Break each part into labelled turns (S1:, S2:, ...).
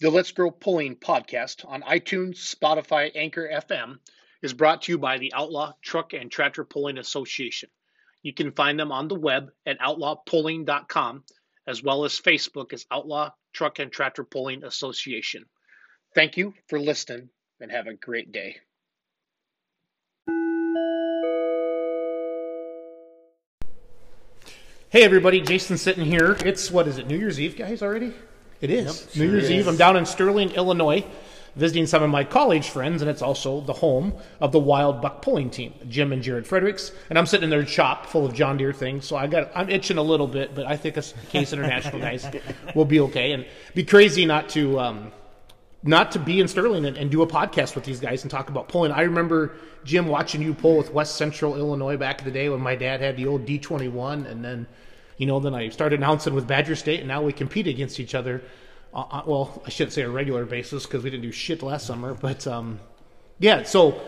S1: The Let's Grow Pulling podcast on iTunes, Spotify, Anchor FM is brought to you by the Outlaw Truck and Tractor Pulling Association. You can find them on the web at outlawpulling.com as well as Facebook as Outlaw Truck and Tractor Pulling Association. Thank you for listening and have a great day. Hey everybody, Jason sitting here. It's what is it, New Year's Eve, guys, already? It is. New Year's Eve. I'm down in Sterling, Illinois, visiting some of my college friends, and it's also the home of the Wild Buck Pulling Team, Jim and Jared Fredericks. And I'm sitting in their shop full of John Deere things, so I got I'm itching a little bit, but I think us Case International guys will be okay. And it'd be crazy not to um, not to be in Sterling and, and do a podcast with these guys and talk about pulling. I remember Jim watching you pull with West Central Illinois back in the day when my dad had the old D twenty one, and then you know then I started announcing with Badger State, and now we compete against each other. Uh, uh, well, I shouldn't say on a regular basis because we didn't do shit last summer, but um, yeah. So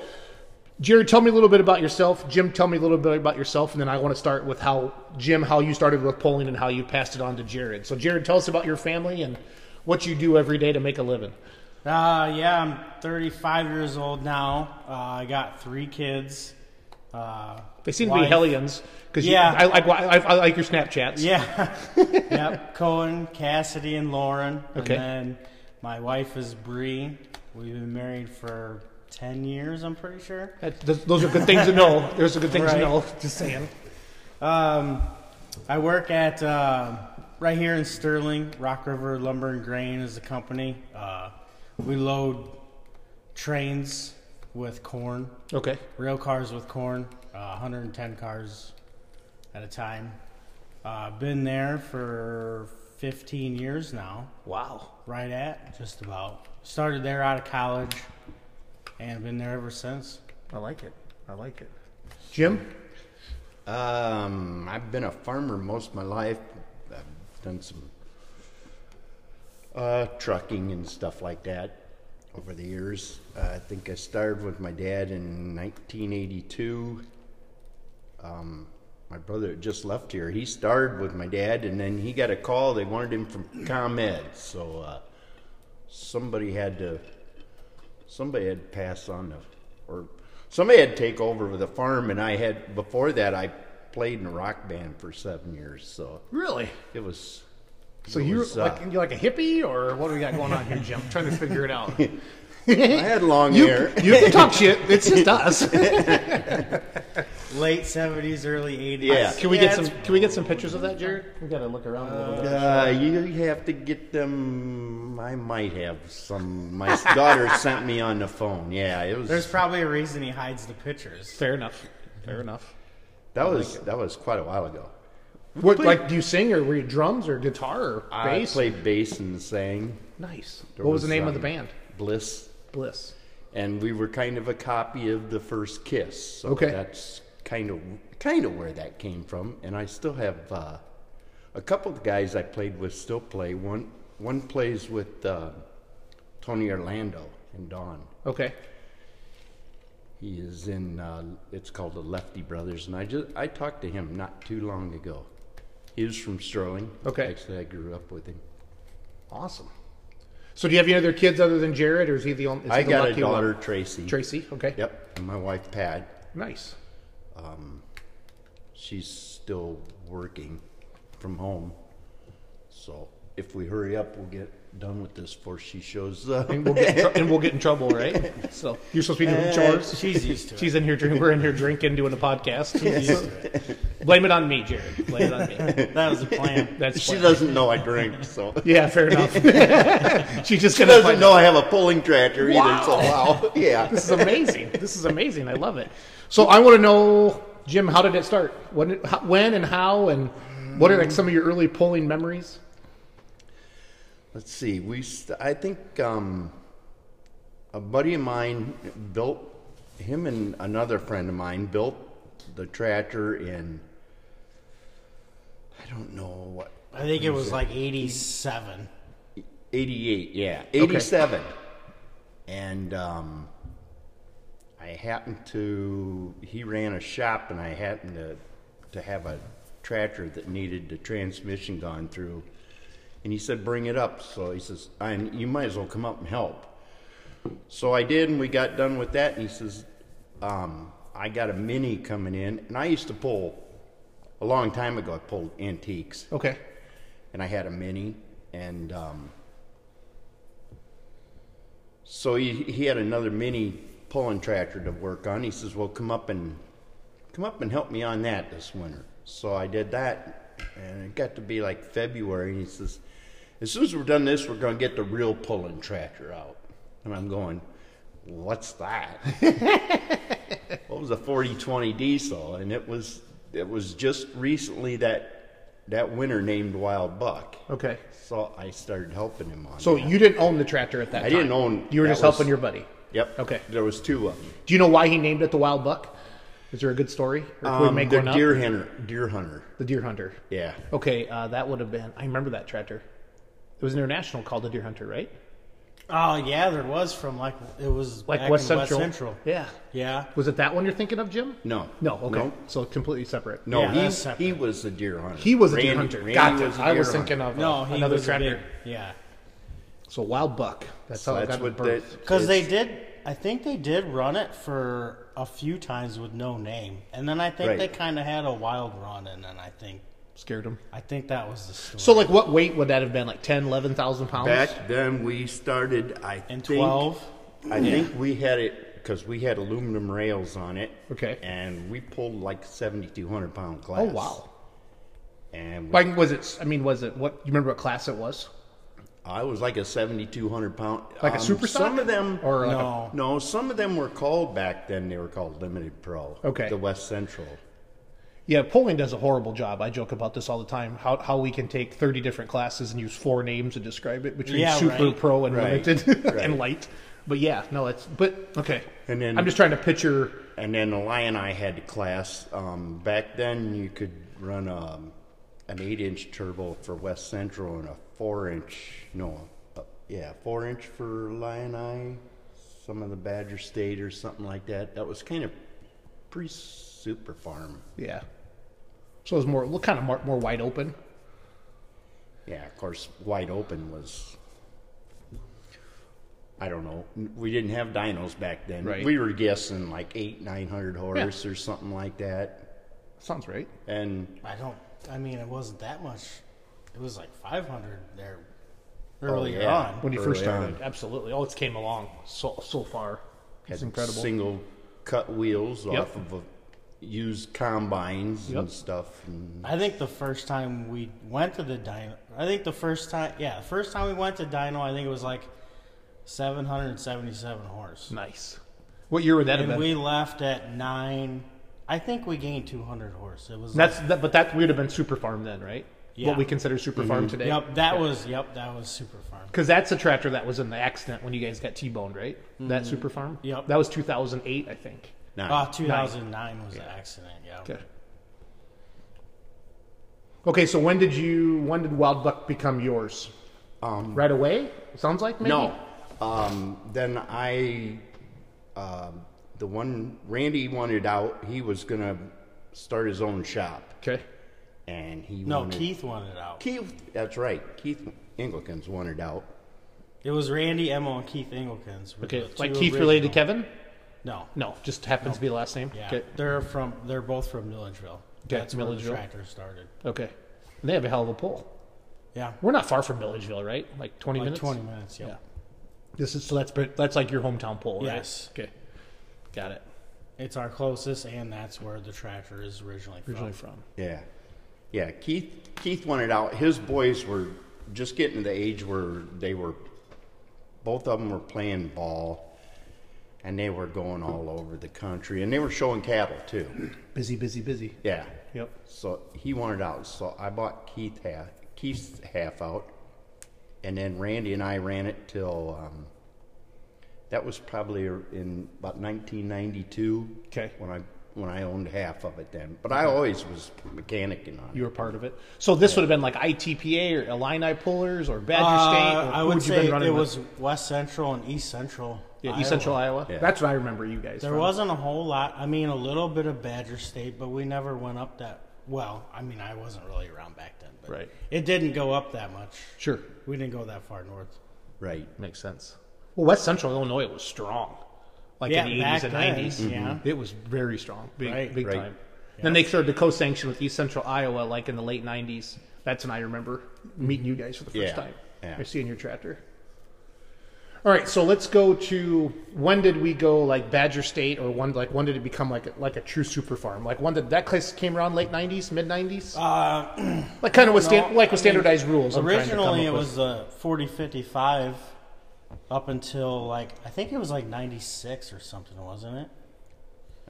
S1: Jared, tell me a little bit about yourself. Jim, tell me a little bit about yourself, and then I want to start with how Jim, how you started with polling and how you passed it on to Jared. So Jared, tell us about your family and what you do every day to make a living.
S2: Uh, yeah, I'm 35 years old now. Uh, I got three kids. Uh,
S1: They seem to be
S2: wife.
S1: hellions because
S2: Yeah.
S1: I, like I, I like your Snapchats.
S2: Yeah. yep. Cohen, Cassidy, and Lauren.
S1: Okay.
S2: And then my wife is Bree. We've been married for 10 years, I'm pretty sure.
S1: That, th- those are good things to know. Those are good things to
S2: Right.
S1: know. Just saying.
S2: Um, I work at uh, right here in Sterling. Rock River Lumber and Grain is the company. Uh, we load trains with corn.
S1: Okay.
S2: rail cars with corn, uh, 110 cars at a time. Uh, been there for 15 years now,
S1: Wow.
S2: right at just about. Started there out of college, and been there ever since.
S1: I like it. I like it. Jim,
S3: Um, I've been a farmer most of my life. I've done some uh, trucking and stuff like that over the years. Uh, I think I started with my dad in 1982. Um, my brother had just left here. He started with my dad, and then he got a call. They wanted him from ComEd, so uh, somebody had to somebody had passed on the or somebody had take over with the farm and I had before that I played in a rock band for seven years so
S1: really?
S3: it was
S1: So
S3: it
S1: you're
S3: was, uh,
S1: like, you're like a hippie, or what do we got going on here, Jim? I'm trying to figure it out.
S3: I had long
S1: You,
S3: hair
S1: you can talk shit. It's just us.
S2: Late 70s, early 80s.
S3: Yeah.
S1: Can we get
S2: it's-
S1: some? Can we get some pictures of that, Jared? We gotta look around a little bit.
S3: uh, you have to get them I might have some my daughter sent me on the phone yeah it was
S2: There's probably a reason he hides the pictures.
S1: Fair enough. Fair enough.
S3: that was that was quite a while ago
S1: What, like, do you sing, or were you drums, or guitar, or bass?
S3: I played bass and sang
S1: nice.
S3: There
S1: What was, the name of
S3: um,
S1: the band?
S3: Bliss
S1: Bliss.
S3: and we were kind of a copy of the first kiss so
S1: Okay.
S3: that's kind of kind of where that came from and i still have uh, a couple of guys i played with still play one one plays with uh, tony orlando and don
S1: Okay.
S3: he is in uh, it's called the lefty brothers and i just i talked to him not too long ago he was from sterling
S1: Okay.
S3: actually i grew up with him
S1: Awesome. So, do you have any other kids other than Jared, or is he the only? Is
S3: i
S1: he the
S3: got a
S1: lucky one?
S3: daughter tracy
S1: Tracy. Okay.
S3: yep and my wife pat
S1: Nice.
S3: she's still working from home. So if we hurry up, we'll get done with this before she shows up.
S1: And we'll get in tr- and we'll get in trouble, right? So you're supposed to be doing chores.
S2: She's used to it.
S1: She's in here drinking. We're in here drinking, doing a podcast. Blame it on me, Jared. Blame it on me.
S2: That was the plan.
S1: That's
S3: She
S1: fine.
S3: doesn't know I drink, so she
S1: yeah, fair enough. She's just gonna
S3: doesn't
S1: find
S3: know I have a pulling tractor either. So
S1: Wow.
S3: wow, yeah.
S1: This is amazing. This is amazing. I love it. So I want to know, Jim, how did it start? When, it- how- when, and how, and what are like some of your early polling memories?
S3: Let's see. We st- I think um, a buddy of mine built him and another friend of mine built the tractor in. I don't know what
S2: I think it was like 87.
S3: 88, yeah. 87. And um, I happened to, he ran a shop and I happened to, to have a tractor that needed the transmission gone through. And he said, "Bring it up." So he says, "I'm. You might as well come up and help." So I did, and we got done with that. And he says, um, "I got a mini coming in, and I used to pull a long time ago. I pulled antiques,
S1: Okay.
S3: and I had a mini, and um, so he he had another mini pulling tractor to work on. He says, "Well, come up and come up and help me on that this winter." So I did that, and it got to be like February, and he says, "As soon as we're done this, we're going to get the real pulling tractor out." And I'm going, "What's that?" well, it was a 4020 diesel, and it was it was just recently that that winter named Wild Buck.
S1: Okay.
S3: So I started helping him on.
S1: So
S3: that.
S1: you didn't own the tractor at that
S3: I
S1: time.
S3: didn't own-
S1: You were
S3: that
S1: just
S3: was-
S1: helping your buddy.
S3: Yep.
S1: Okay.
S3: There was two of them.
S1: Do you know why he named it the Wild Buck? Is there a good story? Or can we
S3: Um,
S1: make
S3: they're
S1: one up?
S3: deer hunter. Deer hunter.
S1: The deer hunter.
S3: Yeah.
S1: Okay, uh, that would have been. I remember that tractor. It was international called the Deer Hunter, right?
S2: Oh yeah, there was from like it was
S1: Like
S2: back
S1: West,
S2: in
S1: Central.
S2: West Central.
S1: Yeah.
S2: Yeah.
S1: Was it that one you're thinking of, Jim?
S3: No.
S1: No. Okay.
S3: No.
S1: So completely separate.
S3: No,
S2: Yeah, that's
S3: he,
S2: separate.
S3: he was a deer hunter.
S1: He was a deer
S3: Randy-
S1: hunter.
S3: Randy
S1: gotcha.
S3: was a
S1: I
S3: deer
S1: was
S3: hunter.
S1: thinking of uh,
S2: No, he
S1: another
S2: was a
S1: tractor.
S2: big- yeah.
S1: So wild buck. That's
S3: So
S1: how
S3: that's
S1: I got
S3: what
S1: the birth.
S3: that-
S2: Because they
S3: it's-
S2: did, I think they did run it for a few times with no name, and then I think
S3: Right.
S2: they kind of had a wild run, and then I think,
S1: Scared him.
S2: I think that was the story.
S1: So like, what weight would that have been? Like 10, 11,000 pounds.
S3: Back then we started. I
S2: and
S3: think,
S2: twelve,
S3: I think we had it because we had aluminum rails on it.
S1: Okay.
S3: And we pulled like seventy two hundred pound class.
S1: Oh wow.
S3: And we-
S1: Like, was it? I mean, was it? What? You remember what class it was?
S3: I was like a seventy two hundred pound.
S1: Like a
S3: um,
S1: super stock?
S3: Some of them
S1: Or like
S2: no,
S3: No, some of them were called back then. They were called limited pro.
S1: Okay.
S3: The West Central.
S1: Yeah, Poland does a horrible job. I joke about this all the time. How how we can take thirty different classes and use four names to describe it between
S2: Yeah,
S1: super
S2: right.
S1: pro and
S3: Right,
S1: limited and
S3: right.
S1: light. But yeah, no, that's but okay.
S3: And then-
S1: I'm just trying to picture.
S3: And then the Lion I had to class. Um, back then, you could run um an eight-inch turbo for West Central and a four-inch. No, uh, yeah, four-inch for Lion I. Some of the Badger State or something like that. That was kind of pre-super farm.
S1: Yeah. So it was more look kind of more, more wide open.
S3: Yeah, of course, wide open was. I don't know. We didn't have dynos back then.
S1: Right.
S3: We were guessing like eight, nine hundred horse or something like that.
S1: Sounds right.
S3: And
S2: I don't. I mean, it wasn't that much. It was like five hundred there
S3: oh,
S2: earlier
S3: yeah,
S2: on.
S1: When you first
S3: early on,
S1: started, absolutely. Oh, it's came along so so far. It's
S3: had
S1: incredible.
S3: Single cut wheels
S1: Yep.
S3: off of a, used combines
S1: Yep.
S3: and stuff. And
S2: I think the first time we went to the dino, I think the first time, yeah, the first time we went to Dino, I think it was like seven hundred seventy-seven horse,
S1: nice. What year would that have
S2: and
S1: been?
S2: we left at nine. I think we gained two hundred horse. It was
S1: That's that, but that would have been super farm then, right?
S2: Yeah.
S1: What we consider super farm today.
S2: like, yep, that was yep, that was super farm.
S1: Because that's a tractor that was in the accident when you guys got T-boned, right? That super farm.
S2: Mm-hmm. Yep.
S1: That was 2008, I think.
S3: now,
S2: Ah, two thousand nine was the accident. Yeah,
S1: Okay. Okay, so when did you? When did Wild Buck become yours?
S3: um,
S1: Right away? Sounds like maybe.
S3: no. Um, then I, um the one Randy wanted out. He was gonna start his own shop.
S1: Okay.
S3: and he
S2: no,
S3: wanted,
S2: Keith wanted out.
S3: Keith. That's right. Keith Anglicans wanted out.
S2: It was Randy, Emma, and Keith Engelkins. were
S1: Okay.
S2: the
S1: Like
S2: two
S1: Keith related to
S2: original-
S1: Kevin?
S2: No,
S1: No, just happens to be the last name.
S2: Yeah,
S1: Okay.
S2: they're from. They're both from Milledgeville. That's where the
S1: Milledgeville.
S2: tractor started.
S1: Okay. And they have a hell of a pull.
S2: Yeah,
S1: We're not far from Milledgeville, right? Like 20
S2: like
S1: minutes.
S2: twenty minutes. Yeah.
S1: Yeah. This is so that's that's like your hometown pull, right?
S2: Yes.
S1: Okay. Got it.
S2: it's our closest, and that's where the tractor is originally from.
S1: Originally from.
S3: Yeah, yeah. Keith Keith wanted out. His boys were just getting to the age where they were. Both of them were playing ball, and they were going all over the country, and they were showing cattle too.
S1: Busy, busy, busy.
S3: Yeah.
S1: Yep.
S3: So he wanted out. So I bought Keith half, Keith's half out, and then Randy and I ran it till. Um, that was probably er, in about 1992.
S1: Okay.
S3: When I when I owned half of it then, but I always was mechanicing on
S1: You
S3: it.
S1: were part of it. So this would have been like ITPA or Illini Pullers or Badger State.
S2: Uh,
S1: Or
S2: I
S1: who
S2: would
S1: had you
S2: say
S1: been running
S2: it
S1: with?
S2: was West Central and East Central.
S1: yeah,
S2: Iowa.
S1: East Central Iowa.
S3: Yeah.
S1: That's what I remember you guys.
S2: There
S1: from.
S2: wasn't a whole lot. I mean, a little bit of Badger State, but we never went up that. Well, I mean, I wasn't really around back then, but
S1: Right.
S2: it didn't go up that much.
S1: Sure.
S2: We didn't go that far north.
S3: Right.
S1: Makes sense. Well, West Central Illinois was strong, like
S2: Yeah,
S1: in the
S2: back
S1: eighties and
S2: then,
S1: nineties. Mm-hmm.
S2: yeah.
S1: it was very strong, big,
S2: Right.
S1: big
S3: Right.
S1: time. Then they started to co-sanction with East Central Iowa, like in the late nineties. That's when I remember meeting you guys for the first
S3: Yeah,
S1: time.
S3: yeah.
S1: I see in your tractor. All right, so let's go to when did we go like Badger State, or when like when did it become like a, like a true super farm? Like when did that place came around? Late nineties, mid nineties,
S2: Uh,
S1: like kind of with
S2: no,
S1: stand, like
S2: I
S1: with
S2: mean,
S1: standardized rules. I'm trying to come
S2: originally,
S1: up
S2: it
S1: with.
S2: was the 40 55 up until like, I think it was like 96 or something, wasn't it?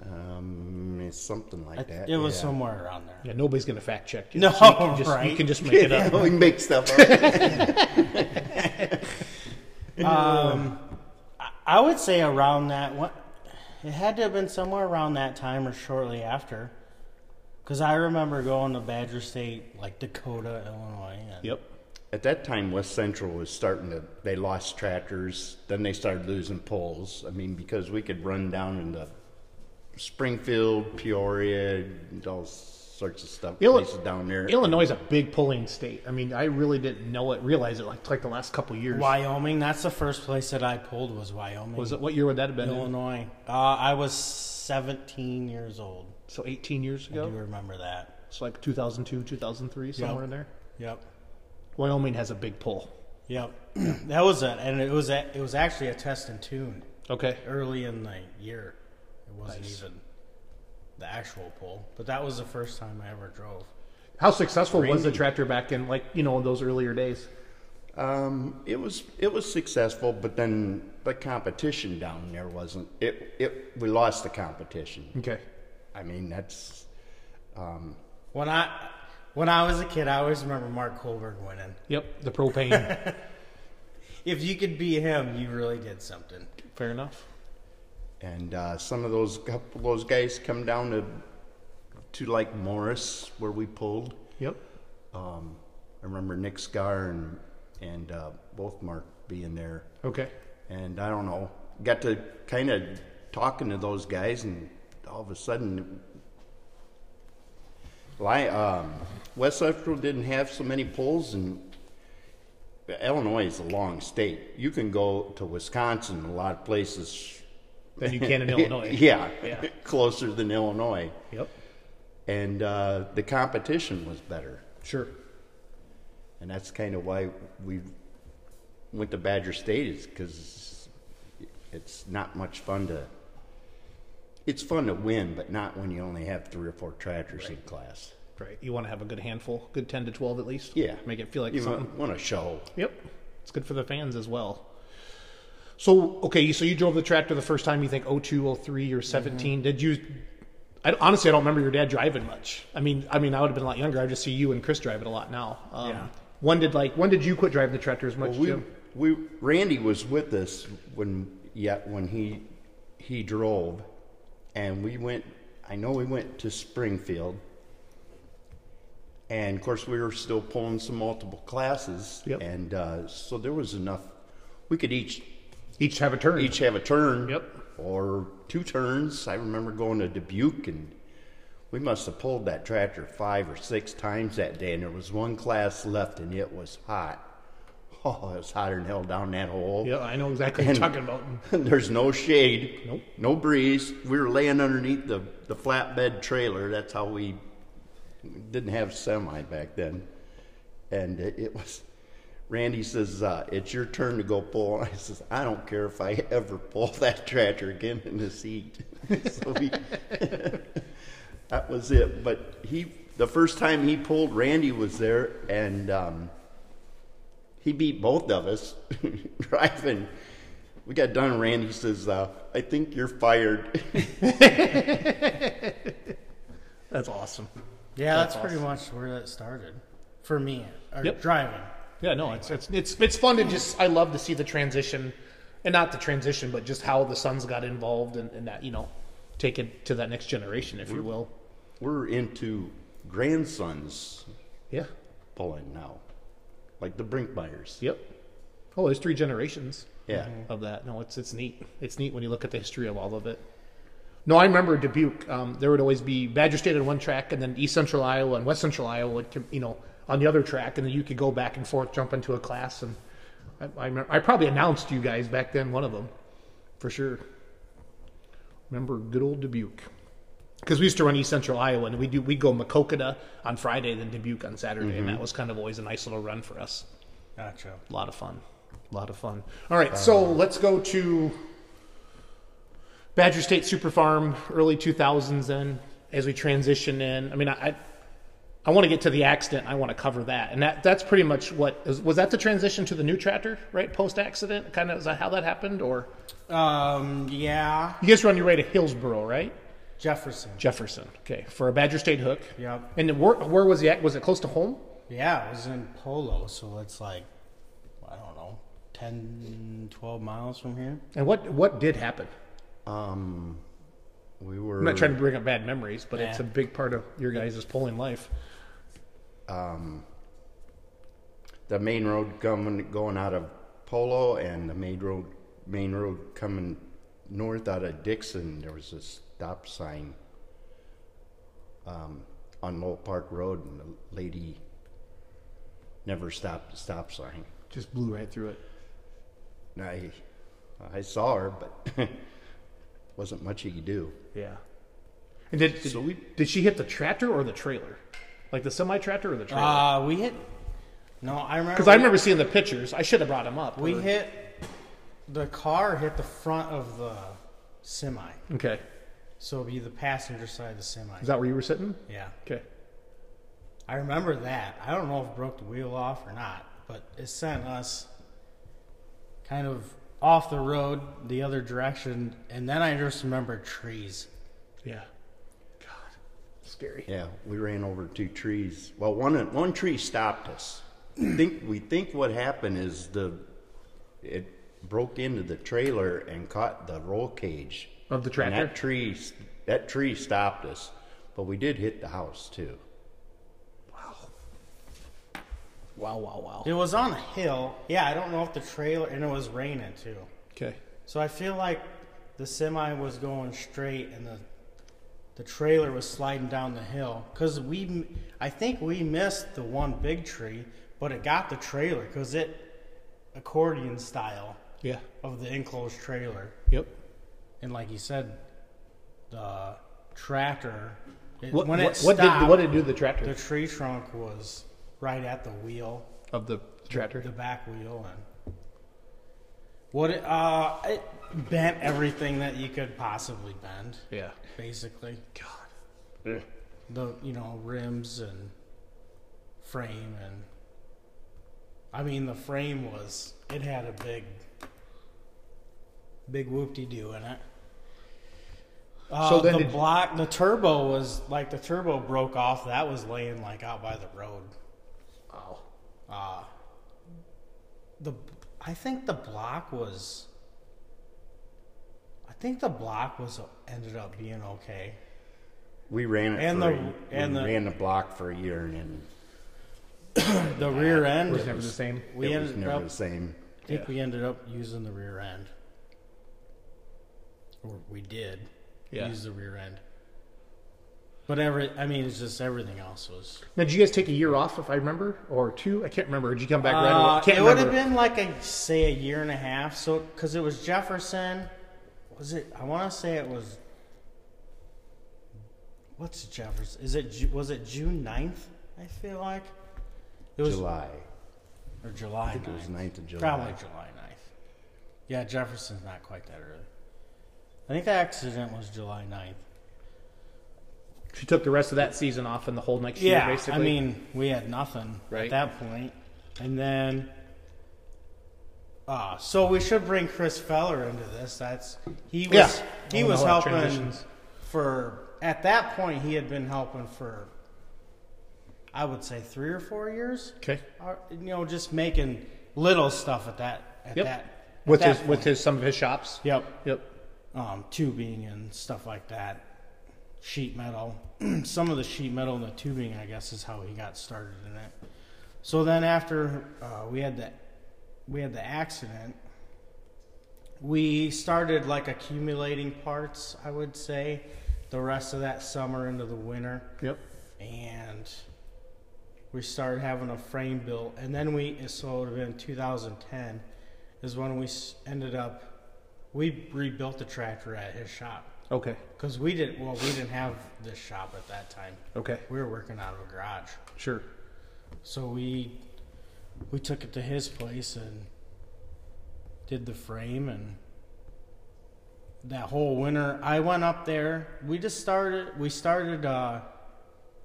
S3: Um, it's something like
S2: I-
S3: that.
S2: it was
S3: yeah.
S2: somewhere around there.
S1: Yeah, nobody's gonna fact check you.
S2: No,
S1: so you, can just, you
S2: right.
S1: can just make it up.
S3: we make Oh, stuff up.
S2: Um, I- I would say around that one. It had to have been somewhere around that time or shortly after, because I remember going to Badger State, like Dakota, Illinois. And
S1: Yep.
S3: At that time, West Central was starting to. They lost tractors. Then they started losing poles. I mean, because we could run down into Springfield, Peoria, and all sorts of stuff.
S1: Illi-
S3: places down there.
S1: Illinois is a big pulling state. I mean, I really didn't know it, realize it like like the last couple years.
S2: Wyoming. That's the first place that I pulled was Wyoming.
S1: was it? What year would that have been? in?
S2: Illinois? Uh, I was 17 years old.
S1: So 18 years
S2: I do
S1: ago.
S2: remember that.
S1: It's like 2002, 2003, somewhere in there.
S2: Yep.
S1: Wyoming has a big pull.
S2: Yep. that was it, and it was a, it was actually a test and tune
S1: Okay.
S2: early in the year. It wasn't
S1: Nice.
S2: even the actual pull, but that was the first time I ever drove.
S1: How successful was the
S3: Crazy.
S1: tractor back in like you know in those earlier days?
S3: Um, it was it was successful, but then the competition down there wasn't. It it we lost the competition.
S1: Okay.
S3: I mean, that's um,
S2: When I when I was a kid, I always remember Mark Kohlberg winning.
S1: Yep. The propane.
S2: If you could be him, you really did something.
S1: Fair enough.
S3: and uh, some of those couple of those guys come down to to like Morris where we pulled.
S1: Yep.
S3: Um, I remember Nick Scar and and uh, both Mark being there,
S1: Okay.
S3: and I don't know, got to kind of talking to those guys, and all of a sudden, Li um, West Central didn't have so many polls, and Illinois is a long state. You can go to Wisconsin, a lot of places.
S1: Then you can in Illinois.
S3: yeah,
S1: Yeah.
S3: closer than Illinois,
S1: Yep.
S3: and uh, the competition was better.
S1: Sure.
S3: And that's kind of why we went to Badger State is because it's not much fun to. It's fun to win, but not when you only have three or four tractors in class.
S1: Right. You want to have a good handful, good 10 to 12 at least.
S3: Yeah,
S1: Make it feel like
S3: you
S1: something.
S3: want to show.
S1: Yep. It's good for the fans as well. So, okay, so you drove the tractor the first time, you think 02, 03, or 17.
S3: Mm-hmm.
S1: Did you. I, honestly, I don't remember your dad driving much. I mean, I mean, I would have been a lot younger. I just see you and Chris drive it a lot now. Um,
S2: Yeah.
S1: When did like when did you quit driving the tractor as much?
S3: Well, we
S1: Jim?
S3: we Randy was with us when yeah when he he drove, and we went. I know we went to Springfield, and of course we were still pulling some multiple classes,
S1: Yep.
S3: and uh, so there was enough. We could each
S1: Each have a turn.
S3: each have a turn,
S1: Yep.
S3: or two turns. I remember going to Dubuque and. We must have pulled that tractor five or six times that day, and there was one class left, and it was hot. Oh, it was hotter than hell down that hole.
S1: Yeah, I know exactly what
S3: And-
S1: you're talking about.
S3: There's no shade,
S1: Nope.
S3: no breeze. We were laying underneath the, the flatbed trailer. That's how we didn't have semi back then. And it, it was, Randy says, uh, It's your turn to go pull. And I says, I don't care if I ever pull that tractor again in this heat. so we, that was it. But he, the first time he pulled, Randy was there, and um, he beat both of us driving. We got done. Randy says, uh, "I think you're fired."
S1: That's awesome.
S2: Yeah,
S1: That's
S2: that's, pretty much where that started for me. Or
S1: Yep.
S2: driving.
S1: Yeah, no, it's, it's it's it's fun to just. I love to see the transition, and not the transition, but just how the sons got involved and, and that you know, take it to that next generation, if you will.
S3: We're into grandsons
S1: Yeah.
S3: pulling now, like the Brinkmeyers.
S1: Yep. Oh, there's three generations
S3: Yeah,
S1: of that. No, it's it's neat. It's neat when you look at the history of all of it. No, I remember Dubuque. Um, there would always be Badger State on one track, and then East Central Iowa and West Central Iowa, would, com- you know, on the other track, and then you could go back and forth, jump into a class, and I, I, remember, I probably announced you guys back then, one of them, for sure. Remember good old Dubuque, because we used to run East Central Iowa, and we do we go Makokada on Friday, then Dubuque on Saturday, and that was kind of always a nice little run for us.
S2: Gotcha.
S1: A lot of fun. Um, A lot of fun. All right, so let's go to Badger State Super Farm, early 2000s, then, as we transition in. I mean, I. I I want to get to the accident. I want to cover that, and that—that's pretty much what was, was that the transition to the new tractor, right? Post accident, kind of is that how that happened, or
S2: Um, yeah.
S1: you guys were on your way to Hillsboro, right?
S2: Jefferson.
S1: Jefferson, okay, for a Badger State hook.
S2: Yep.
S1: And where, where was the ac- was it close to home?
S2: Yeah, it was in Polo, so it's like, I don't know, 10, 12 miles from here.
S1: And what what did happen?
S3: Um, we were.
S1: I'm not trying to bring up bad memories, but it's a
S2: Yeah.
S1: big part of your guys' polling life.
S3: the main road coming going out of Polo and the main road main road coming north out of Dixon. There was a stop sign um, on Lowell Park Road, and the lady never stopped the stop sign.
S1: Just blew right through it.
S3: And I I saw her, but wasn't much you could do.
S1: Yeah. And did did,
S3: So we-
S1: did she hit the tractor or the trailer, like the semi tractor or the trailer?
S2: Uh, we hit. No, I remember.
S1: Because I remember seeing the pictures. I should have brought them up.
S2: We
S1: or-
S2: hit. The car hit the front of the semi.
S1: Okay.
S2: So it'd be the passenger side of the semi.
S1: Is that where you were sitting?
S2: yeah.
S1: Okay.
S2: I remember that. I don't know if it broke the wheel off or not, but it sent us kind of off the road the other direction. And then I just remember trees.
S1: Yeah. God, scary.
S3: Yeah, we ran over two trees. Well, one one tree stopped us. think we think what happened is the it broke into the trailer and caught the roll cage
S1: Of the
S3: And
S1: tractor?
S3: that tree that tree stopped us, but we did hit the house too.
S1: Wow, wow, wow.
S2: It was on a hill. Yeah, I don't know if the trailer, and it was raining too.
S1: Okay.
S2: So I feel like the semi was going straight and the the trailer was sliding down the hill cuz we m- I think we missed the one big tree, but it got the trailer cuz it accordion style
S1: Yeah.
S2: of the enclosed trailer.
S1: Yep.
S2: And like you said, the tractor it,
S1: What, what,
S2: when it
S1: what
S2: stopped,
S1: did what did it do to the tractor
S2: the tree trunk was right at the wheel
S1: of the tractor?
S2: the back wheel and what it, uh it bent everything that you could possibly bend
S1: yeah.
S2: basically
S1: God.
S2: the you know rims and frame and i mean the frame was it had a big big whoop-de-doo in it uh,
S1: So then
S2: the
S1: did-
S2: block the turbo was like the turbo broke off that was laying like out by the road
S1: Wow.
S2: uh, the I think the block was. I think the block was ended up being okay.
S3: We ran it
S2: And
S3: for
S2: the-
S3: a,
S2: and
S3: we
S2: the-
S3: ran the block for a year and then
S2: The rear end
S1: Was never the same.
S2: We
S3: it was
S2: ended
S3: never
S2: up.
S3: the same.
S2: I think
S1: Yeah.
S2: we ended up using the rear end, or we did
S1: Yeah.
S2: use the rear end. But every, I mean, it's just everything else was.
S1: Now, did you guys take a year off, if I remember, or two? I can't remember. Did you come back right away?
S2: Uh,
S1: Can't
S2: it would have
S1: remember.
S2: been like a say a year and a half. So because it was Jefferson, was it? I want to say it was. What's Jefferson? Is it Ju- was it June 9th? I feel like it was
S3: July.
S2: or July.
S3: I think it was 9th of July.
S2: Probably July 9th. Yeah, Jefferson's not quite that early. I think the accident was July 9th.
S1: She took the rest of that season off and the whole next year, basically.
S2: I mean, we had nothing
S1: Right.
S2: at that point. And then uh, so we should bring Chris Feller into this. That's he was
S1: Yeah.
S2: he
S1: Oh,
S2: was
S1: no, that
S2: helping
S1: transitions.
S2: for at that point he had been helping for I would say 3 or 4 years.
S1: okay.
S2: Or, you know, just making little stuff at that at
S1: Yep.
S2: that at
S1: With
S2: that
S1: his with
S2: point.
S1: his some of his shops.
S2: Yep
S1: Yep.
S2: um, tubing and stuff like that. Sheet metal. Some of the sheet metal and the tubing, I guess, is how he got started in it. So then after uh, we had the we had the accident, we started like accumulating parts, I would say, the rest of that summer into the winter.
S1: Yep.
S2: And we started having a frame built. And then we, so it would have been 2010, is when we s- ended up, we rebuilt the tractor at his shop.
S1: Okay.
S2: Because we didn't, well, we didn't have this shop at that time.
S1: Okay.
S2: We were working out of a garage.
S1: Sure.
S2: So we we took it to his place and did the frame and that whole winter I went up there. We just started we started uh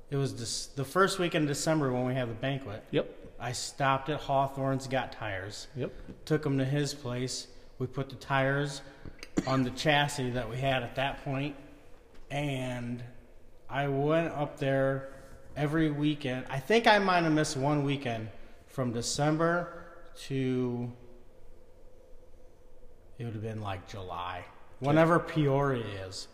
S2: it was this, the first week in December when we had the banquet.
S1: Yep.
S2: I stopped at Hawthorne's got tires.
S1: Yep.
S2: Took them to his place. We put the tires on the chassis that we had at that point, and I went up there every weekend. I think I might have missed one weekend from December to it would have been like July, whenever Peoria is.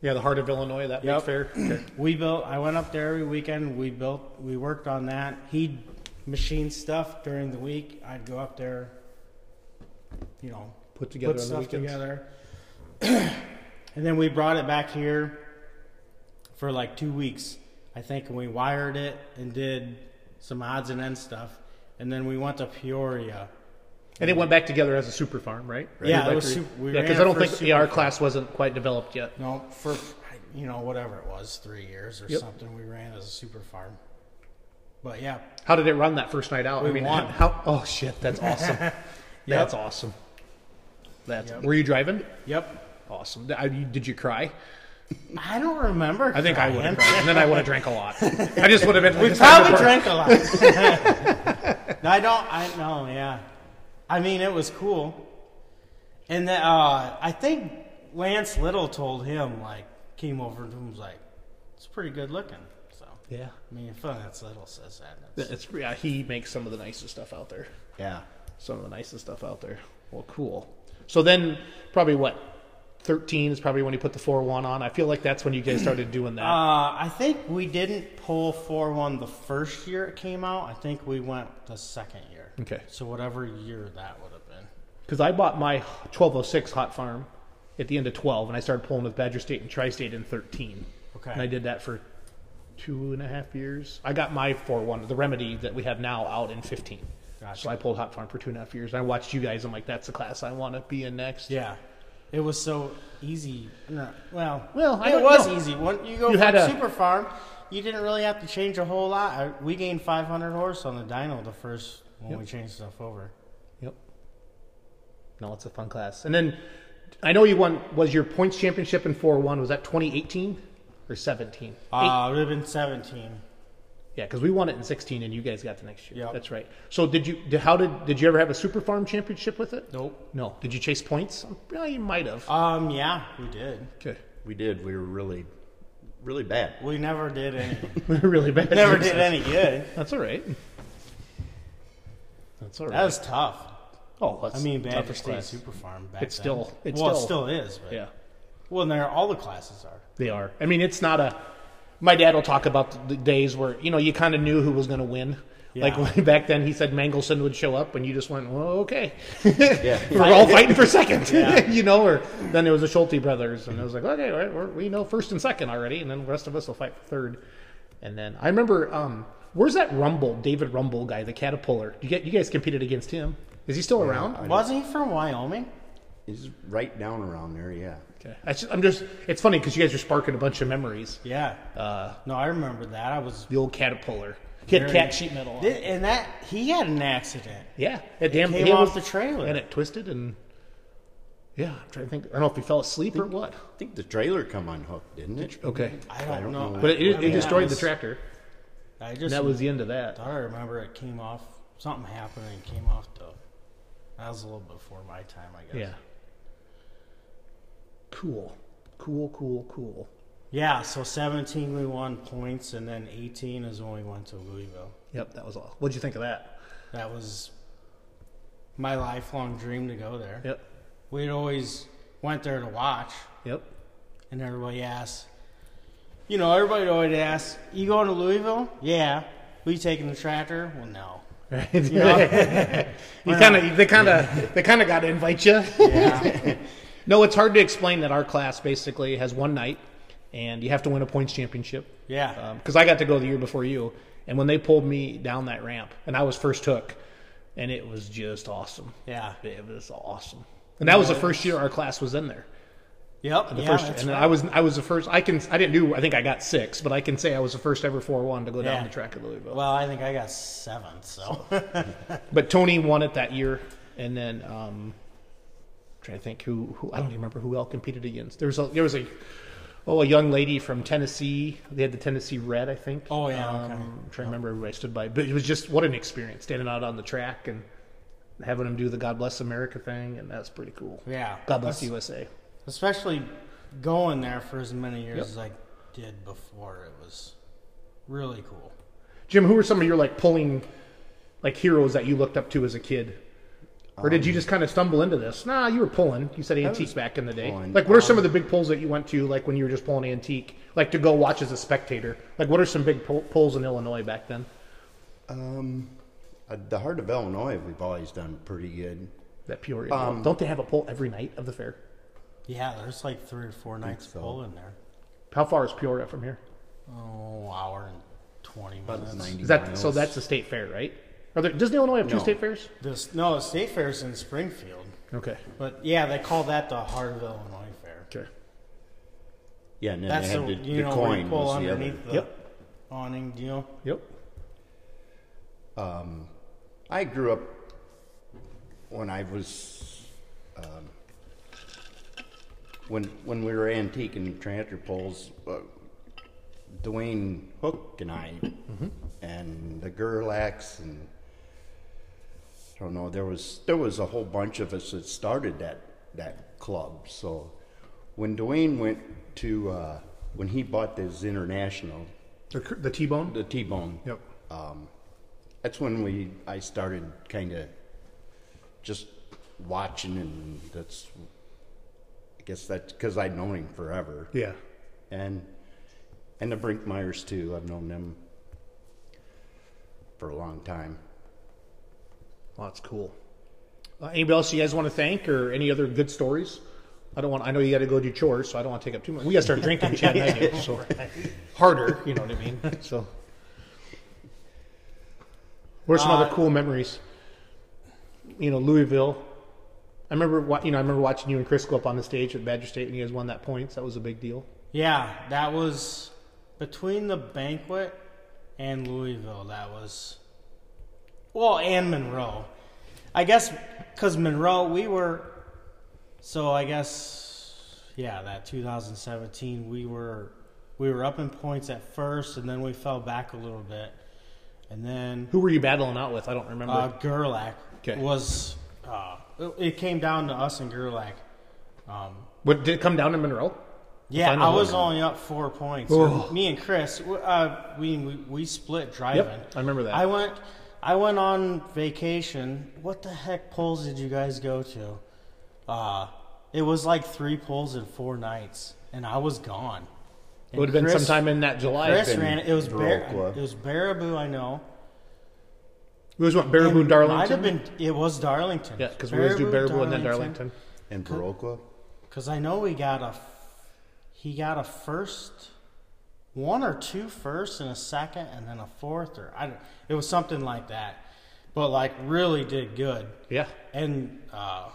S1: Yeah, the heart of Illinois, that big
S2: Yep.
S1: fair. Okay.
S2: We built. I went up there every weekend. We built. We worked on that. He'd machine stuff during the week. I'd go up there. You know,
S1: Put together
S2: put
S1: on the
S2: stuff
S1: weekends.
S2: together, and then we brought it back here for like two weeks, I think, and we wired it and did some odds and ends stuff, and then we went to Peoria.
S1: And it went back together as a super farm, right?
S2: Yeah,
S1: Right.
S2: it was super- we
S1: yeah,
S2: ran
S1: because
S2: it
S1: I don't
S2: for
S1: think
S2: super
S1: yeah, our
S2: farm.
S1: class wasn't quite developed yet.
S2: No, for you know whatever it was, three years or
S1: Yep.
S2: something. We ran as a super farm, but yeah,
S1: How did it run that first night out?
S2: We
S1: I mean,
S2: won.
S1: how? Oh shit, that's awesome. That's awesome. That's.
S2: Yep.
S1: Were you driving?
S2: yep.
S1: Awesome. Th- I- you- did you cry?
S2: I don't remember.
S1: I think I would have
S2: Ryan.
S1: cried, and then I would have drank a lot. I just would have been.
S2: We probably drank a lot. No, I don't. I no. Yeah. I mean, it was cool. And the, uh, I think Lance Little told him like came over to him was like, "It's pretty good looking." So
S1: Yeah.
S2: I mean, if Lance Little says that, that's,
S1: It's, yeah, he makes some of the nicest stuff out there.
S3: Yeah.
S1: Some of the nicest stuff out there. Well, cool. So then, probably what? 13 is probably when you put the 4 1 on. I feel like that's when you guys started doing that.
S2: Uh, I think we didn't pull 4 1 the first year it came out. I think we went the second year.
S1: Okay.
S2: So, whatever year that would have been.
S1: Because I bought my 1206 hot farm at the end of 12, and I started pulling with Badger State and Tri State in 13.
S2: Okay.
S1: And I did that for two and a half years. I got my 4 1, the remedy that we have now, out in 15.
S2: Gotcha.
S1: So I pulled hot farm for two and a half years. I watched you guys. I'm like, that's the class I want to be in next.
S2: Yeah. It was so easy. No, well,
S1: Well, I
S2: it
S1: don't
S2: was
S1: know.
S2: easy. When you go
S1: You
S2: from
S1: had a-
S2: Super Farm, you didn't really have to change a whole lot. I, we gained 500 horse on the dyno the first when
S1: Yep.
S2: we changed stuff over.
S1: Yep. No, it's a fun class. And then I know you won. Was your points championship in 4 1? Was that 2018 or 17?
S2: Uh, it would have been 17.
S1: Yeah, because we won it in sixteen, and you guys got the next year.
S2: Yep.
S1: that's right. So did you? Did, how did? Did you ever have a super farm championship with it?
S2: Nope.
S1: No. Did you chase points? Well, you might have.
S2: Um, yeah, we did.
S1: Okay.
S3: We did. We were really, really bad.
S2: We never did any.
S1: really bad.
S2: never did any good.
S1: That's all right. That's all right.
S2: That was tough.
S1: oh, that's
S2: I mean, Badger
S1: toughest
S2: State
S1: class.
S2: Super Farm back
S1: It's
S2: then.
S1: still- it's
S2: well,
S1: still-
S2: it still is. But,
S1: Yeah,
S2: Well, there all the classes are.
S1: they are. I mean, it's not a. My dad will talk about the days where you know you kind of knew who was going to win. Like
S2: Yeah.
S1: way back then, he said Mangelson would show up, and you just went, "Well, okay."
S3: Yeah.
S1: we're all fighting for second,
S2: Yeah.
S1: you know. Or then there was the Schulte brothers, and it was like, okay, all right, we're, we know first and second already, and then the rest of us will fight for third. And then I remember, um, where's that Rumble, David Rumble guy, the caterpillar? You get you guys competed against him. Is he still around?
S3: I-
S2: Wasn't he from Wyoming?
S3: It's right down around there. Yeah.
S1: Okay, I just, I'm just. It's funny because you guys are sparking a bunch of memories.
S2: Yeah.
S1: Uh,
S2: No, I remember that. I was
S1: the old caterpillar. He had
S2: Very-
S1: cat sheet metal. On.
S2: Thi- and that he had an accident.
S1: Yeah, that damn
S2: came
S1: he
S2: off the trailer.
S1: and it twisted and. Yeah, I'm trying to think. I don't know if he fell asleep or what.
S3: I think the trailer come unhooked, didn't it?
S1: Okay,
S2: I don't,
S3: don't
S2: know.
S3: know.
S1: but it,
S2: I
S1: it,
S2: mean,
S1: it destroyed
S2: that was-
S1: the tractor.
S2: I
S1: And
S2: just
S1: that was the end of that.
S2: thought I remember it came off. Something happened and it came off the. That was a little before my time, I guess.
S1: Yeah. Cool. Cool, cool, cool.
S2: Yeah. So 17 we won points, and then 18 is when we went to Louisville.
S1: Yep, that was all. What'd you think of that?
S2: That was my lifelong dream to go there.
S1: Yep.
S2: We'd always went there to watch.
S1: Yep.
S2: And everybody asks, you know, everybody always asks, you going to Louisville? Yeah. We taking the tractor? Well, no.
S1: you kind of they kind of they kind of got to invite you. no, it's hard to explain that our class basically has one night, and you have to win a points championship.
S2: Yeah.
S1: Because Um, I got to go the year before you, and when they pulled me down that ramp, and I was first hook, and it was just awesome.
S2: Yeah.
S1: It was awesome, and that was the first year our class was in there.
S2: Yep.
S1: The
S2: yeah,
S1: first,
S2: that's
S1: and
S2: right.
S1: I was I was the first. I can I didn't do. I think I got six, but I can say I was the first ever four one to go down
S2: Yeah.
S1: the track at Louisville.
S2: Well, I think I got seven, so.
S1: But Tony won it that year, and then um, trying to think who, who I don't even remember who all competed against. There was a there was a oh a young lady from Tennessee. They had the Tennessee Red, I think.
S2: Oh, yeah, okay.
S1: I'm trying to remember who I stood by, but it was just what an experience standing out on the track and having them do the God Bless America thing, and that's pretty cool.
S2: Yeah.
S1: God bless
S2: That's-
S1: USA.
S2: Especially going there for as many years
S1: Yep.
S2: as I did before, it was really cool.
S1: Jim, who were some of your like pulling like heroes that you looked up to as a kid? Or did
S3: Um,
S1: you just kind of stumble into this? Nah, you were pulling. You said antique back in the day.
S3: pulling. Um,
S1: Like, what are some of the big pulls that you went to, like when you were just pulling antique, like to go watch as a spectator? Like, what are some big pull- pulls in Illinois back then?
S3: Um, uh, the heart of Illinois, we've always done pretty good.
S1: That Peoria. pull?
S3: Um,
S1: Don't they have a pull every night of the fair?
S2: Yeah, there's like three or four nights
S3: so.
S2: full in there.
S1: How far is Peoria from here?
S2: Oh, hour and 20 minutes.
S3: About 90
S1: Is that
S3: miles.
S1: so? That's the state fair, right? Are there? Doesn't Illinois have two
S3: No.
S1: state fairs?
S2: This, no, the state fair's in Springfield.
S1: Okay.
S2: But yeah, they call that the Heart of Illinois Fair.
S1: Okay.
S3: yeah, and then
S2: That's
S3: they
S2: the,
S3: had the,
S2: you
S3: the
S2: know, where you
S3: coin
S2: pull
S3: was the other.
S2: underneath the
S1: Yep.
S2: awning deal.
S1: Yep.
S3: Um, I grew up when I was um, when when we were antiquing tractor poles. Uh, Dwayne Hook and I, and the Gerlachs, and I don't know. There was there was a whole bunch of us that started that that club. So when Dwayne went to uh, when he bought this international,
S1: The, cr- the T-bone.
S3: the T Bone,
S1: Yep.
S3: that's when we I started kind of just watching, and that's I guess that's because I'd known him forever,
S1: Yeah.
S3: and and the Brinkmeyers too. I've known them for a long time.
S1: Well, that's cool. Uh, anybody else you guys want to thank, or any other good stories? I don't want. I know you got to go do chores, so I don't want to take up too much. We got to start drinking, Chad. And I do, so harder. You know what I mean. So, what are some other
S2: Uh,
S1: cool memories? You know, Louisville. I remember. wa- You know, I remember watching you and Chris go up on the stage at Badger State when you guys won that points. That was a big deal.
S2: Yeah, that was between the banquet and Louisville. That was well, and Monroe. I guess because Monroe, we were so. I guess yeah, that 2017, we were we were up in points at first, and then we fell back a little bit, and then
S1: Who were you battling out with? I don't remember.
S2: uh, Gerlach
S1: Okay.
S2: was. Uh, it- it came down to us and Gerlach. Um,
S1: what did it come down to Monroe?
S2: yeah,
S1: final
S2: I was
S1: one.
S2: only up four points.
S1: Oh.
S2: Me and Chris, w- uh, we, we we split driving.
S1: I remember that.
S2: I went, I went on vacation. What the heck polls did you guys go to? Uh, it was like three polls in four nights, and I was gone.
S1: It would have been sometime in that July.
S2: Chris
S1: it
S3: been
S2: ran it. It was Bar-
S3: Viroqua.
S2: it was Baraboo, I know.
S1: was what Baraboo
S2: And
S1: Darlington.
S2: Might have been. It was Darlington.
S1: Yeah, because we always do Baraboo and then Darlington.
S3: And Baroqua,
S2: Because I know we got a, f- he got a first, one or two firsts and a second, and then a fourth, or I don't, it was something like that, but like really did good
S1: Yeah.
S2: and uh,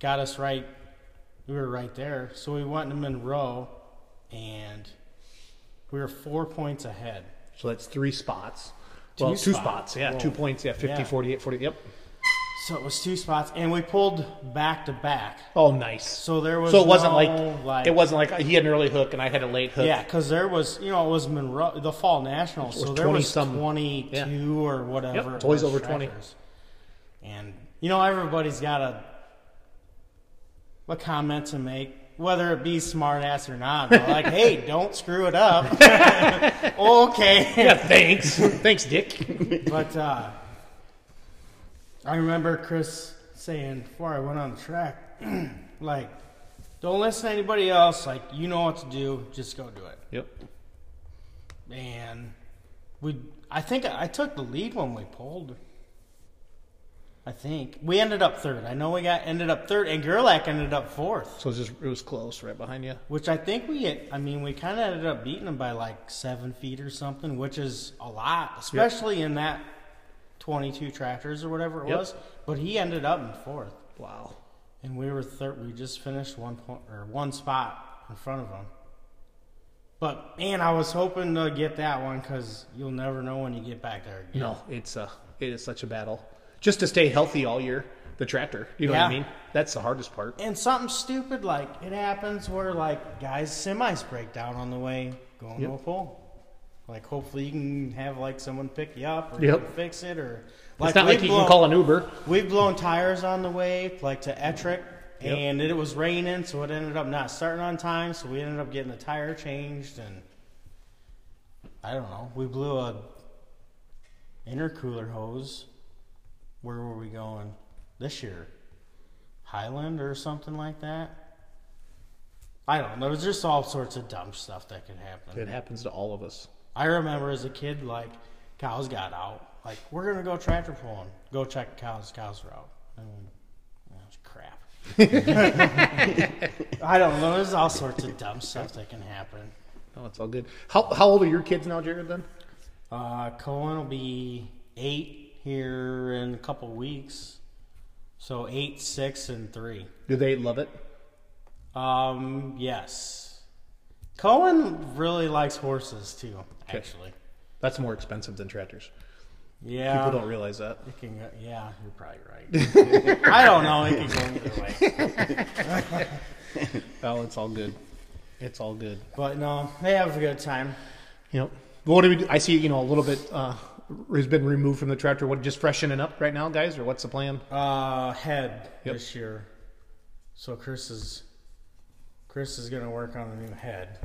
S2: got us right. We were right there, so we went to Monroe, and we were four points ahead.
S1: So that's three spots.
S2: Two
S1: well, two
S2: spots.
S1: spots. Yeah,
S2: Whoa.
S1: two points. Yeah, 50,
S2: Yeah.
S1: 48, 40. Yep.
S2: So it was two spots, and we pulled back to back.
S1: Oh, nice. So,
S2: So there was
S1: it wasn't
S2: no,
S1: like, it wasn't like he had an early hook and I had a late hook.
S2: Yeah, because there was, you know, it was Monroe, the Fall Nationals,
S1: was
S2: so there was
S1: 20-some.
S2: 22 or whatever.
S1: Yep,
S2: it
S1: it's always
S2: was
S1: over 20.
S2: trackers. And, you know, everybody's got a, a comment to make, whether it be smart ass or not. They're like, hey, don't screw it up. okay.
S1: Yeah, thanks. thanks, Dick.
S2: But uh, I remember Chris saying before I went on the track, like, don't listen to anybody else. Like, you know what to do, just go do it.
S1: Yep.
S2: and we I think I took the lead when we pulled I think we ended up third. I know we got ended up third, and Gerlach ended up fourth,
S1: So it was, just, it was close, right behind you.
S2: which I think we. I mean, we kind of ended up beating him by like seven feet or something, which is a lot, especially in that twenty-two tractors or whatever it
S1: Yep.
S2: was. But he ended up in fourth,
S1: Wow.
S2: and we were third. We just finished one point or one spot in front of him. But man, I was hoping to get that one because you'll never know when you get back there again.
S1: No, it's a it is such a battle just to stay healthy all year. The tractor, you know what I
S2: Yeah.
S1: mean? That's the hardest part.
S2: And something stupid like it happens where like guys semis break down on the way going
S1: Yep.
S2: to a pole. Like hopefully you can have like someone pick you up or
S1: Yep.
S2: you can fix it or
S1: it's not like
S2: we've
S1: you
S2: blown-
S1: can call an Uber.
S2: We've blown tires on the way like to Ettrick
S1: Yep.
S2: and it was raining so it ended up not starting on time so we ended up getting the tire changed and I don't know. We blew a intercooler hose. Where were we going this year? Highland or something like that. I don't know. There's just all sorts of dumb stuff that can
S1: It
S2: happen.
S1: happens to all of us.
S2: I remember as a kid, like cows got out. Like we're gonna go tractor pulling. Go check cows. Cows are out. And that was crap. I don't know. There's all sorts of dumb stuff that can happen.
S1: No, it's all good. How how old are your kids now, Jared? Then
S2: Uh, Cohen will be eight here in a couple weeks. So eight, six, and three.
S1: do they love it?
S2: Um, yes. Cohen really likes horses too,
S1: Okay.
S2: actually.
S1: That's more expensive than tractors.
S2: Yeah.
S1: People don't realize that.
S2: It can go, yeah, you're probably right. I don't know. It can go either way.
S1: Oh, it's all good. It's all good.
S2: But no, they have a good time.
S1: You know, what do we do? I see, you know, a little bit uh, has been removed from the tractor. What, just freshening up right now, guys? Or what's the plan?
S2: Uh, head
S1: Yep.
S2: this year. So Chris is Chris is gonna work on a new head.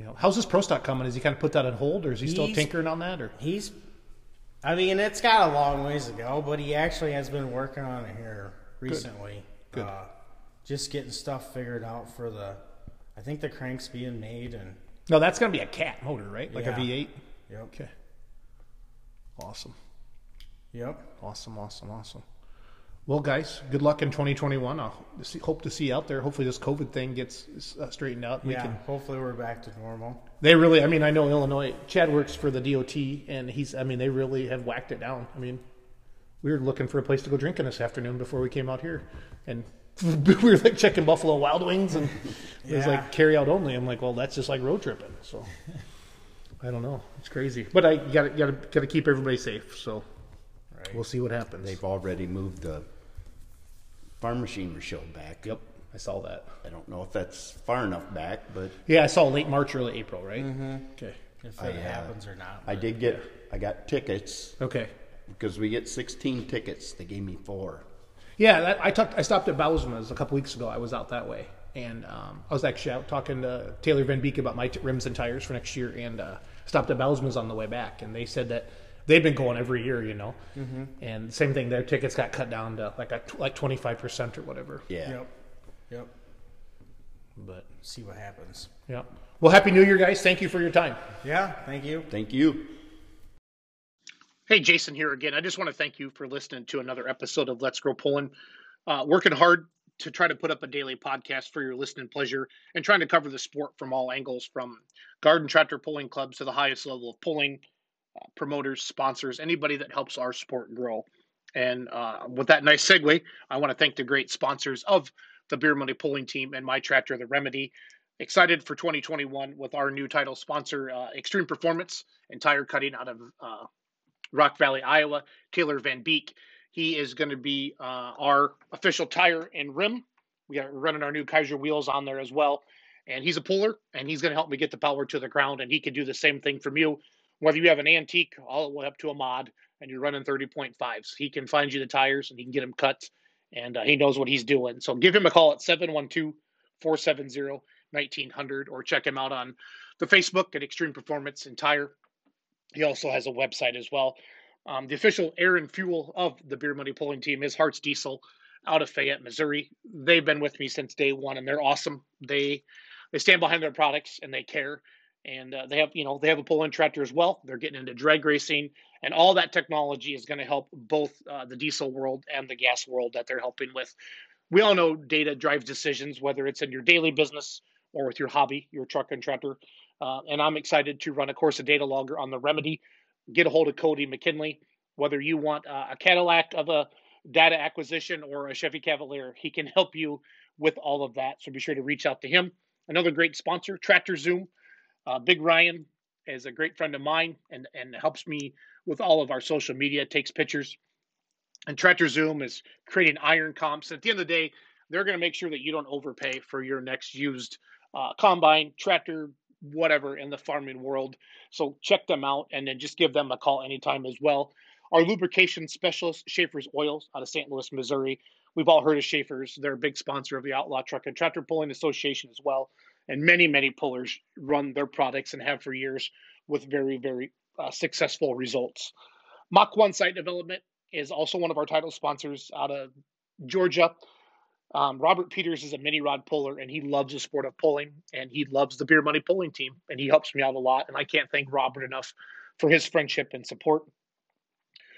S1: You know, how's this pro stock coming? Has he kind of put that on hold or is he still
S2: He's-
S1: tinkering on that? Or
S2: He's, I mean, it's got a long ways to go, but he actually has been working on it here recently.
S1: Good.
S2: Uh, just getting stuff figured out for the, I think the crank's being made and,
S1: No, that's going to be a cat motor, right? Like
S2: Yeah.
S1: a V8?
S2: yep.
S1: Okay. Awesome.
S2: Yep.
S1: Awesome, awesome, awesome. Well, guys, good luck in 2021. I hope to see you out there. Hopefully, this COVID thing gets uh, straightened out. and We
S2: yeah.
S1: can
S2: Hopefully we're back to normal.
S1: They really, I mean, I know Illinois. Chad works for the DOT, and he's, I mean, they really have whacked it down. I mean, we were looking for a place to go drinking this afternoon before we came out here, and we were like checking Buffalo Wild Wings, and it was
S2: Yeah.
S1: like carry out only. I'm like, well, that's just like road tripping. So I don't know, it's crazy, but I got to got to got to keep everybody safe. So
S2: Right.
S1: we'll see what happens.
S3: They've already moved the farm machinery show back.
S1: yep, I saw that.
S3: I don't know if that's far enough back, but
S1: Yeah, I saw late March, early April, right? Mm-hmm. Okay,
S2: If
S3: I,
S2: it
S3: uh,
S2: happens or not.
S3: I did get I got tickets
S1: okay.
S3: because we get 16 tickets. They gave me four.
S1: Yeah, that, I talked. I stopped at Bausma's a couple weeks ago. I was out that way, and um, I was actually out talking to Taylor Van Beek about my t- rims and tires for next year, and uh, stopped at Bausma's on the way back, and they said that they've been going every year, you know, and same thing. Their tickets got cut down to like a, like twenty five percent or whatever.
S3: Yeah.
S2: Yep. Yep.
S1: But
S2: See what happens.
S1: yeah, well, happy New Year, guys! Thank you for your time.
S2: Yeah. Thank you.
S3: Thank you.
S1: Hey, Jason here again. I just want to thank you for listening to another episode of Let's Grow Poland. Uh, working hard to try to put up a daily podcast for your listening pleasure and trying to cover the sport from all angles from garden tractor pulling clubs to the highest level of pulling, uh, promoters, sponsors, anybody that helps our sport grow. And uh, with that nice segue, I want to thank the great sponsors of the Beer Money Pulling Team and my tractor, The Remedy. Excited for 2021 with our new title sponsor, uh, Extreme Performance and Tire Cutting out of. Uh, Rock Valley, Iowa, Taylor Van Beek. He is going to be uh, our official tire and rim. We are running our new Kaiser wheels on there as well. And he's a puller, and he's going to help me get the power to the ground. And he can do the same thing from you, whether you have an antique all the way up to a mod, and you're running 30.5s. He can find you the tires, and he can get them cut, and uh, he knows what he's doing. So give him a call at 712 470 1900 or check him out on the Facebook at Extreme Performance and Tire. He also has a website as well. Um, the official air and fuel of the Beer Money Pulling Team is Hearts Diesel out of Fayette, Missouri. They've been with me since day one, and they're awesome. They they stand behind their products and they care, and uh, they have you know they have a pull-in tractor as well. They're getting into drag racing, and all that technology is going to help both uh, the diesel world and the gas world that they're helping with. We all know data drives decisions, whether it's in your daily business or with your hobby, your truck and tractor. Uh, and I'm excited to run a course of data logger on the remedy. Get a hold of Cody McKinley. Whether you want uh, a Cadillac of a data acquisition or a Chevy Cavalier, he can help you with all of that. So be sure to reach out to him. Another great sponsor, Tractor Zoom. Uh, Big Ryan is a great friend of mine and, and helps me with all of our social media, takes pictures. And Tractor Zoom is creating iron comps. At the end of the day, they're going to make sure that you don't overpay for your next used uh, combine, tractor, whatever in the farming world. So check them out and then just give them a call anytime as well. Our lubrication specialist, Schaefer's Oils out of St. Louis, Missouri. We've all heard of Schaefer's. They're a big sponsor of the Outlaw Truck and Tractor Pulling Association as well and many many pullers run their products and have for years with very very uh, successful results mach 1 site development is also one of our title sponsors out of georgia um, robert peters is a mini rod puller and he loves the sport of pulling and he loves the beer money pulling team and he helps me out a lot and i can't thank robert enough for his friendship and support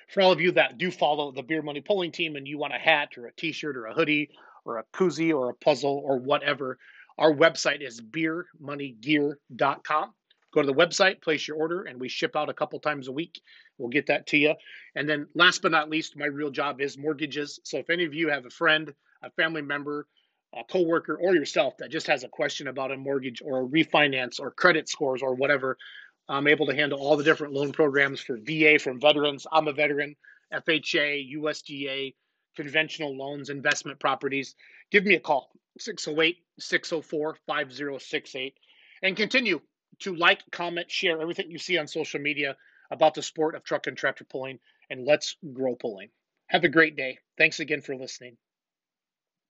S1: for all of you that do follow the beer money pulling team and you want a hat or a t-shirt or a hoodie or a koozie or a puzzle or whatever our website is beermoneygear.com. Go to the website, place your order, and we ship out a couple times a week. We'll get that to you. And then, last but not least, my real job is mortgages. So, if any of you have a friend, a family member, a coworker, or yourself that just has a question about a mortgage or a refinance or credit scores or whatever, I'm able to handle all the different loan programs for VA from veterans. I'm a veteran, FHA, USDA, conventional loans, investment properties. Give me a call. 608 604 5068 and continue to like, comment, share everything you see on social media about the sport of truck and tractor pulling and let's grow pulling. Have a great day. Thanks again for listening.